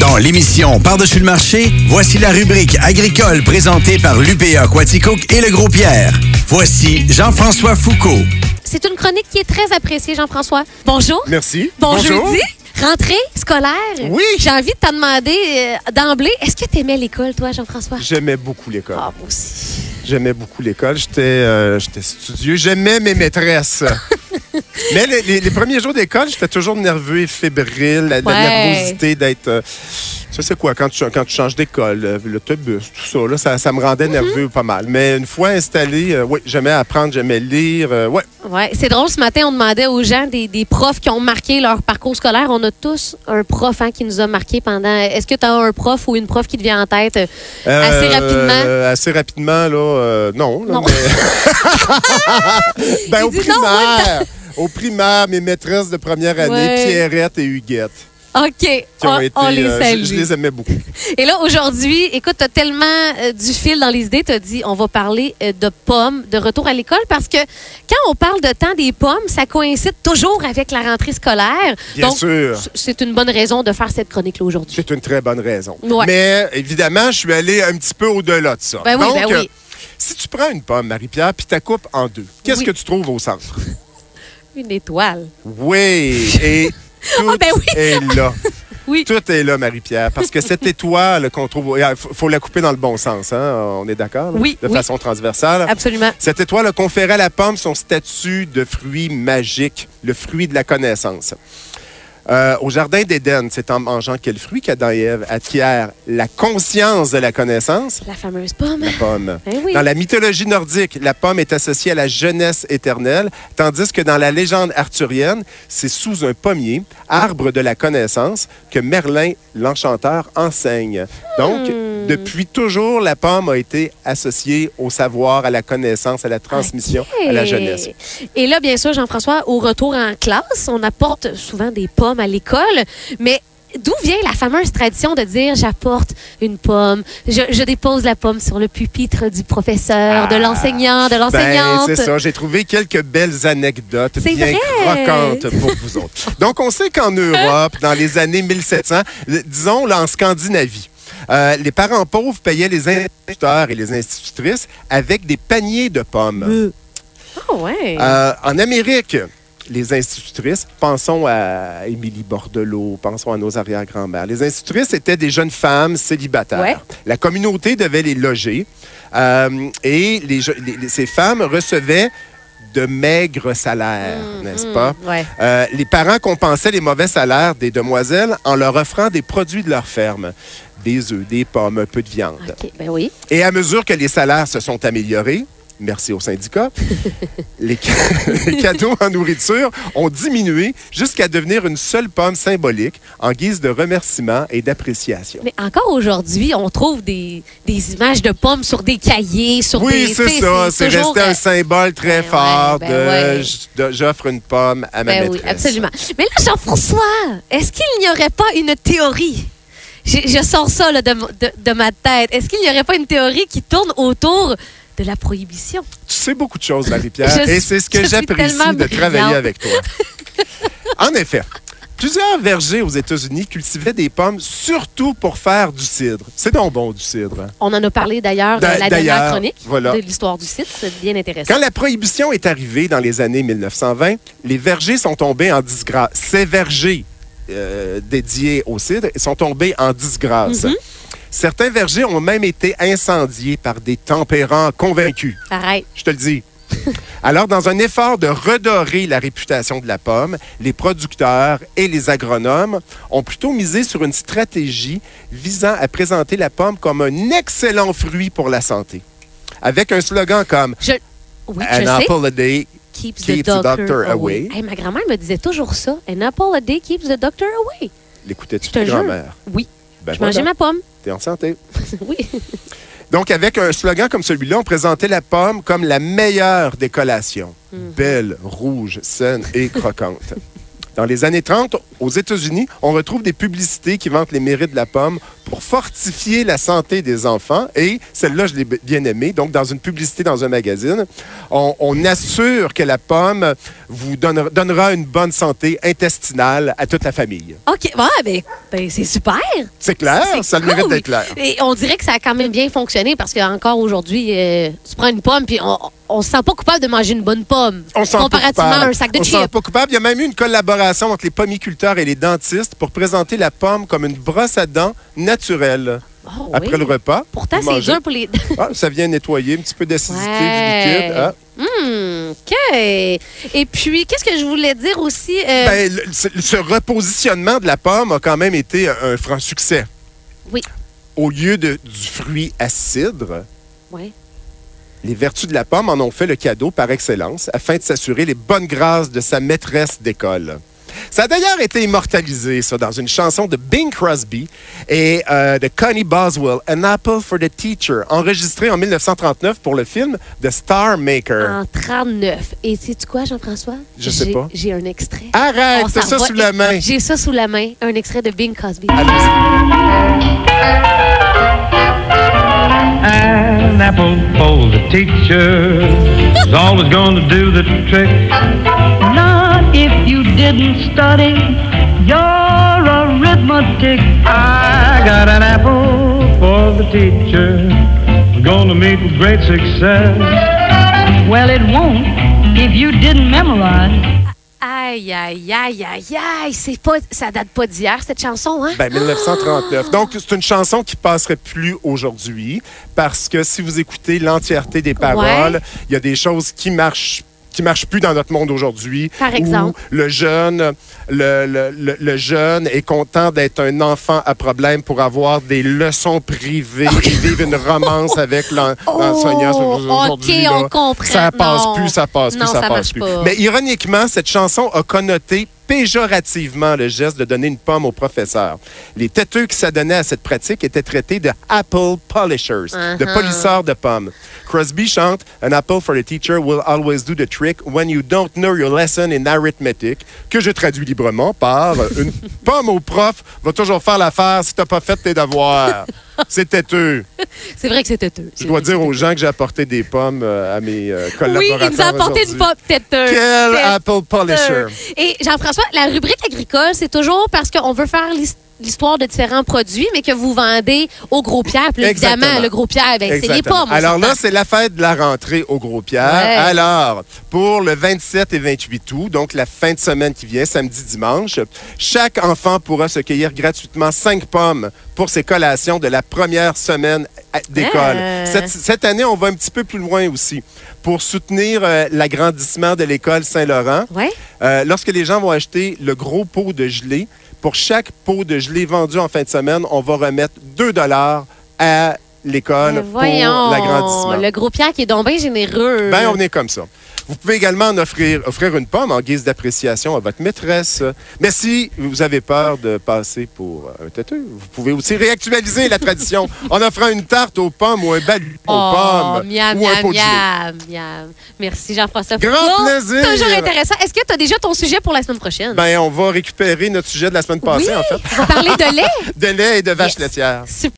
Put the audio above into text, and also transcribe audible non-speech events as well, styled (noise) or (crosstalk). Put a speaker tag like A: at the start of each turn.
A: dans l'émission Par-dessus le marché, voici la rubrique agricole présentée par l'UPA Quaticook et le Gros Pierre. Voici Jean-François Foucault.
B: C'est une chronique qui est très appréciée, Jean-François. Bonjour.
C: Merci.
B: Bon jeudi. Rentrée scolaire.
C: Oui.
B: J'ai envie de t'en demander euh, d'emblée, est-ce que t'aimais l'école, toi, Jean-François?
C: J'aimais beaucoup l'école.
B: Ah, moi aussi.
C: J'aimais beaucoup l'école. J'étais euh, j'étais studieux. J'aimais
B: (laughs)
C: mes maîtresses. Mais les, les- les premiers jours d'école, j'étais toujours nerveux et fébrile. La, la
B: Ouais.
C: nervosité d'être. euh, ça, c'est quoi? Quand tu, quand tu changes d'école, euh, l'autobus, tout ça, là, ça, ça me
B: Mm-hmm.
C: rendait nerveux pas mal. Mais une fois installé, euh, oui, j'aimais apprendre, j'aimais lire. euh, ouais,
B: Ouais, c'est drôle. Ce matin, on demandait aux gens des, des profs qui ont marqué leur parcours scolaire. On a tous un prof hein, qui nous a marqué pendant. Est-ce que tu as un prof ou une prof qui te vient en tête? euh, Assez rapidement.
C: euh, assez rapidement, là, euh, non. là,
B: Non. (laughs)
C: mais- ben,
B: Il
C: au
B: dit non,
C: primaire, au primaire, mes maîtresses de première année,
B: Ouais.
C: Pierrette et Huguette,
B: OK,
C: qui ont
B: on,
C: été,
B: on les
C: euh,
B: salue.
C: je, je les aimais beaucoup.
B: Et là, aujourd'hui, écoute, tu tellement euh, du fil dans les idées. Tu dit, on va parler euh, de pommes, de retour à l'école, parce que quand on parle de temps des pommes, ça coïncide toujours avec la rentrée scolaire.
C: Bien
B: Donc,
C: sûr.
B: c- c'est une bonne raison de faire cette chronique-là aujourd'hui.
C: C'est une très bonne raison.
B: Ouais.
C: Mais évidemment, je suis allé un petit peu au-delà de ça.
B: Ben oui,
C: Donc,
B: ben oui.
C: euh, si tu prends une pomme, Marie-Pierre, puis tu la coupes en deux, qu'est-ce
B: Oui.
C: que tu trouves au centre?
B: Une étoile.
C: Oui, et tout
B: (laughs) Ah, ben oui.
C: est là.
B: Oui.
C: Tout est là, Marie-Pierre, parce
B: (laughs)
C: que cette étoile qu'on trouve, il faut faut la couper dans le bon sens, hein? on est d'accord? là?
B: Oui,
C: De
B: oui.
C: façon transversale.
B: Absolument.
C: Cette étoile conférait à la pomme son statut de fruit magique, le fruit de la connaissance. Euh, au jardin d'Éden, c'est en mangeant quel fruit qu'Adam et Ève acquièrent la conscience de la connaissance,
B: La fameuse pomme.
C: la pomme.
B: Ben oui.
C: Dans la mythologie nordique, la pomme est associée à la jeunesse éternelle, tandis que dans la légende arthurienne, c'est sous un pommier, arbre de la connaissance, que Merlin, l'enchanteur, enseigne. Donc, depuis toujours, la pomme a été associée au savoir, à la connaissance, à la transmission, à la
B: Hey!
C: jeunesse.
B: Et là, bien sûr, Jean-François, au retour en classe, on apporte souvent des pommes à l'école, mais d'où vient la fameuse tradition de dire j'apporte une pomme, je, je dépose la pomme sur le pupitre du professeur, de
C: Ah!
B: l'enseignant, de
C: Ben,
B: l'enseignante?
C: c'est ça. J'ai trouvé quelques belles anecdotes
B: C'est
C: bien
B: vrai.
C: croquantes pour vous autres. Donc, on sait qu'en Europe, dans les années 1700, le- disons là, en Scandinavie, euh, les parents pauvres payaient les instituteurs et les institutrices avec des paniers de pommes.
B: Ah ouais.
C: Euh, en Amérique, les institutrices, pensons à Émilie Bordelot, pensons à nos arrière-grands-mères. Les institutrices étaient des jeunes femmes célibataires.
B: Ouais.
C: La communauté devait les loger euh, et les je- les- les- ces femmes recevaient de maigres salaires,
B: Mmh,
C: n'est-ce pas?
B: Mm, ouais.
C: Euh, les parents compensaient les mauvais salaires des demoiselles en leur offrant des produits de leur ferme, des œufs, des pommes, un peu de viande.
B: OK, ben oui.
C: Et à mesure que les salaires se sont améliorés, merci aux syndicats,
B: (laughs)
C: les, ca- (laughs) les cadeaux en nourriture ont diminué jusqu'à devenir une seule pomme symbolique en guise de remerciement et d'appréciation.
B: Mais encore aujourd'hui, on trouve des, des images de pommes sur des cahiers, sur des...
C: Oui,
B: tu
C: c'est
B: sais,
C: ça. C'est
B: toujours,
C: resté
B: euh,
C: un symbole très
B: ben
C: fort
B: ouais, ben
C: de,
B: ouais.
C: j- de j'offre une pomme à ma
B: Ben oui,
C: maîtresse.
B: absolument. Mais là, Jean-François, est-ce qu'il n'y aurait pas une théorie? Je, je sors ça là, de, m- de- de ma tête. Est-ce qu'il n'y aurait pas une théorie qui tourne autour de la prohibition?
C: Tu sais beaucoup de choses, Marie-Pierre,
B: Je
C: et
B: suis-
C: c'est ce
B: je
C: que
B: suis
C: j'apprécie
B: tellement
C: de travailler
B: brillante.
C: avec toi. en effet, plusieurs vergers aux États-Unis cultivaient des pommes surtout pour faire du cidre. C'est donc bon, du cidre. hein?
B: On en a parlé d'ailleurs
C: D'a-
B: dans la
C: d'ailleurs,
B: dernière chronique
C: voilà.
B: de l'histoire du site. C'est bien intéressant.
C: Quand la prohibition est arrivée dans les années 1920, les vergers sont tombés en disgrâce. Ces vergers euh, dédiés au cidre sont tombés en disgrâce.
B: Mm-hmm.
C: Certains vergers ont même été incendiés par des tempérants convaincus.
B: Pareil.
C: Je te
B: (laughs)
C: le dis. Alors, dans un effort de redorer la réputation de la pomme, les producteurs et les agronomes ont plutôt misé sur une stratégie visant à présenter la pomme comme un excellent fruit pour la santé. Avec un slogan comme
B: Je, oui, je
C: An
B: sais.
C: apple a day.
B: Keeps,
C: keeps the doctor away.
B: Hey, ma grand-mère me disait toujours ça. An apple a day keeps the doctor away.
C: L'écoutais-tu,
B: Je te
C: ta
B: jure.
C: grand-mère?
B: Oui.
C: Ben
B: je mangeais
C: voilà,
B: ma
C: (laughs)
B: pomme.
C: T'es en santé.
B: oui.
C: Donc, avec un slogan comme celui-là, on présentait la pomme
B: Mhm. (laughs)
C: comme la meilleure des collations. Belle, rouge, saine et croquante. Dans les années 30, aux États-Unis, on retrouve des publicités qui vantent les mérites de la pomme pour fortifier la santé des enfants. Et celle-là, je l'ai b- bien aimée. Donc, dans une publicité dans un magazine, on, on assure que la pomme vous donner- donnera une bonne santé intestinale à toute la famille.
B: (laughs) OK. Ouais, ben, ben, c'est super.
C: C'est clair?
B: C'est
C: ça le mérite
B: cool.
C: d'être clair.
B: Et on dirait que ça a quand même bien fonctionné parce qu'encore aujourd'hui, euh, tu prends une pomme puis on, on se sent pas coupable de manger une bonne pomme.
C: On s'en
B: Comparativement
C: pas coupable.
B: à un sac de
C: On s'en
B: chips.
C: pas coupable. Il y a même eu une collaboration entre les pommiculteurs et les dentistes pour présenter la pomme comme une brosse à dents naturelle.
B: Oh,
C: Après
B: oui.
C: le repas,
B: Pourtant,
C: vous
B: c'est
C: mangez.
B: dur pour les.
C: Ah, ça vient nettoyer un petit peu d'acidité,
B: (laughs) Ouais.
C: du liquide. Ah.
B: Hmm, OK. Et puis, qu'est-ce que je voulais dire aussi? euh,
C: Ben, le- ce, ce repositionnement de la pomme a quand même été un, un franc succès.
B: Oui.
C: Au lieu de, du fruit à cidre,
B: ouais.
C: les vertus de la pomme en ont fait le cadeau par excellence afin de s'assurer les bonnes grâces de sa maîtresse d'école. Ça a d'ailleurs été immortalisé, ça, dans une chanson de Bing Crosby et euh, de Connie Boswell, An Apple for the Teacher, enregistrée en 1939 pour le film The Star Maker.
B: En 39. Et sais-tu quoi, Jean-François?
C: euh. Je sais
B: J'ai-
C: pas.
B: J'ai un extrait.
C: Arrête,
B: On
C: c'est
B: s'en
C: ça
B: va-
C: sous la main.
B: J'ai ça sous la main, un extrait de Bing Crosby.
C: Allons-y.
D: An apple for the teacher is always gonna do the trick. Not if you didn't study your arithmetic. I got an apple for the teacher. Gonna meet with great success. Well, it won't if you didn't memorize.
B: Aïe, aïe, aïe, aïe, aïe. C'est pas, ça date pas d'hier, cette chanson, hein?
C: Ben, 1939. Donc, c'est une chanson qui passerait plus aujourd'hui parce que si vous écoutez l'entièreté des paroles, il y a des choses qui marchent qui marchent plus dans notre monde aujourd'hui.
B: Par exemple?
C: Où le jeune, le, le- le- le jeune est content d'être un enfant à problème pour avoir des leçons privées
B: Ah
C: et vivre une romance avec l'en-
B: Oh,
C: l'enseignant.
B: OK, on
C: là,
B: comprend.
C: Ça passe
B: Non.
C: plus, ça passe
B: Non,
C: plus, ça,
B: ça
C: passe
B: marche
C: plus.
B: pas.
C: Mais ironiquement, cette chanson a connoté péjorativement le geste de donner une pomme au professeur. Les têteux qui s'adonnaient à cette pratique étaient traités de apple polishers, de
B: Uh-huh.
C: polisseurs de pommes. Crosby chante An apple for the teacher will always do the trick when you don't know your lesson in arithmetic, que je traduis librement par euh,
B: (laughs)
C: Une pomme au prof va toujours faire l'affaire si t'as pas fait tes devoirs. C'est têteux.
B: C'est vrai que c'était eux.
C: Je dois dire aux gens que j'ai apporté des pommes euh, à mes euh,
B: Oui,
C: collaborateurs.
B: il nous a apporté une
C: aujourd'hui.
B: pop têteuse.
C: Quel
B: Têteuse.
C: apple polisher.
B: Et Jean-François, la rubrique agricole, c'est toujours parce qu'on veut faire l'his- l'histoire de différents produits, mais que vous vendez au gros pierre. Puis là, évidemment,
C: Exactement.
B: le gros pierre, ben, c'est les
C: Exactement.
B: pommes. on
C: Alors là,
B: s'entend.
C: c'est la fête de la rentrée au Gros-Pierre.
B: Ouais.
C: Alors, pour le 27 et 28 août, donc la fin de semaine qui vient, samedi, dimanche, chaque enfant pourra se cueillir gratuitement cinq pommes pour ses collations de la première semaine à- d'école.
B: Ah.
C: Cette, cette année, on va un petit peu plus loin aussi. Pour soutenir euh, l'agrandissement de l'école Saint-Laurent,
B: Ouais.
C: euh, lorsque les gens vont acheter le gros pot de gelée, pour chaque pot de gelée vendu en fin de semaine, on va remettre 2 dollars à l'école
B: Ben,
C: pour
B: voyons,
C: l'agrandissement.
B: le gros pierre qui est donc bien généreux.
C: Ben, on est comme ça. Vous pouvez également en offrir, offrir une pomme en guise d'appréciation à votre maîtresse. Mais si vous avez peur de passer pour euh, un têteux, vous pouvez aussi réactualiser la tradition en offrant une tarte aux pommes ou un balut aux
B: oh,
C: pommes
B: miam,
C: ou un
B: miam,
C: pot de gelée.
B: miam, miam. Merci Jean-François.
C: Grand
B: Foucault.
C: plaisir.
B: Toujours intéressant. Est-ce que tu as déjà ton sujet pour la semaine prochaine?
C: Ben, on va récupérer notre sujet de la semaine
B: oui,
C: passée, en fait,
B: on va parler de lait.
C: (laughs) de lait et de vaches
B: Yes.
C: laitières.
B: Super.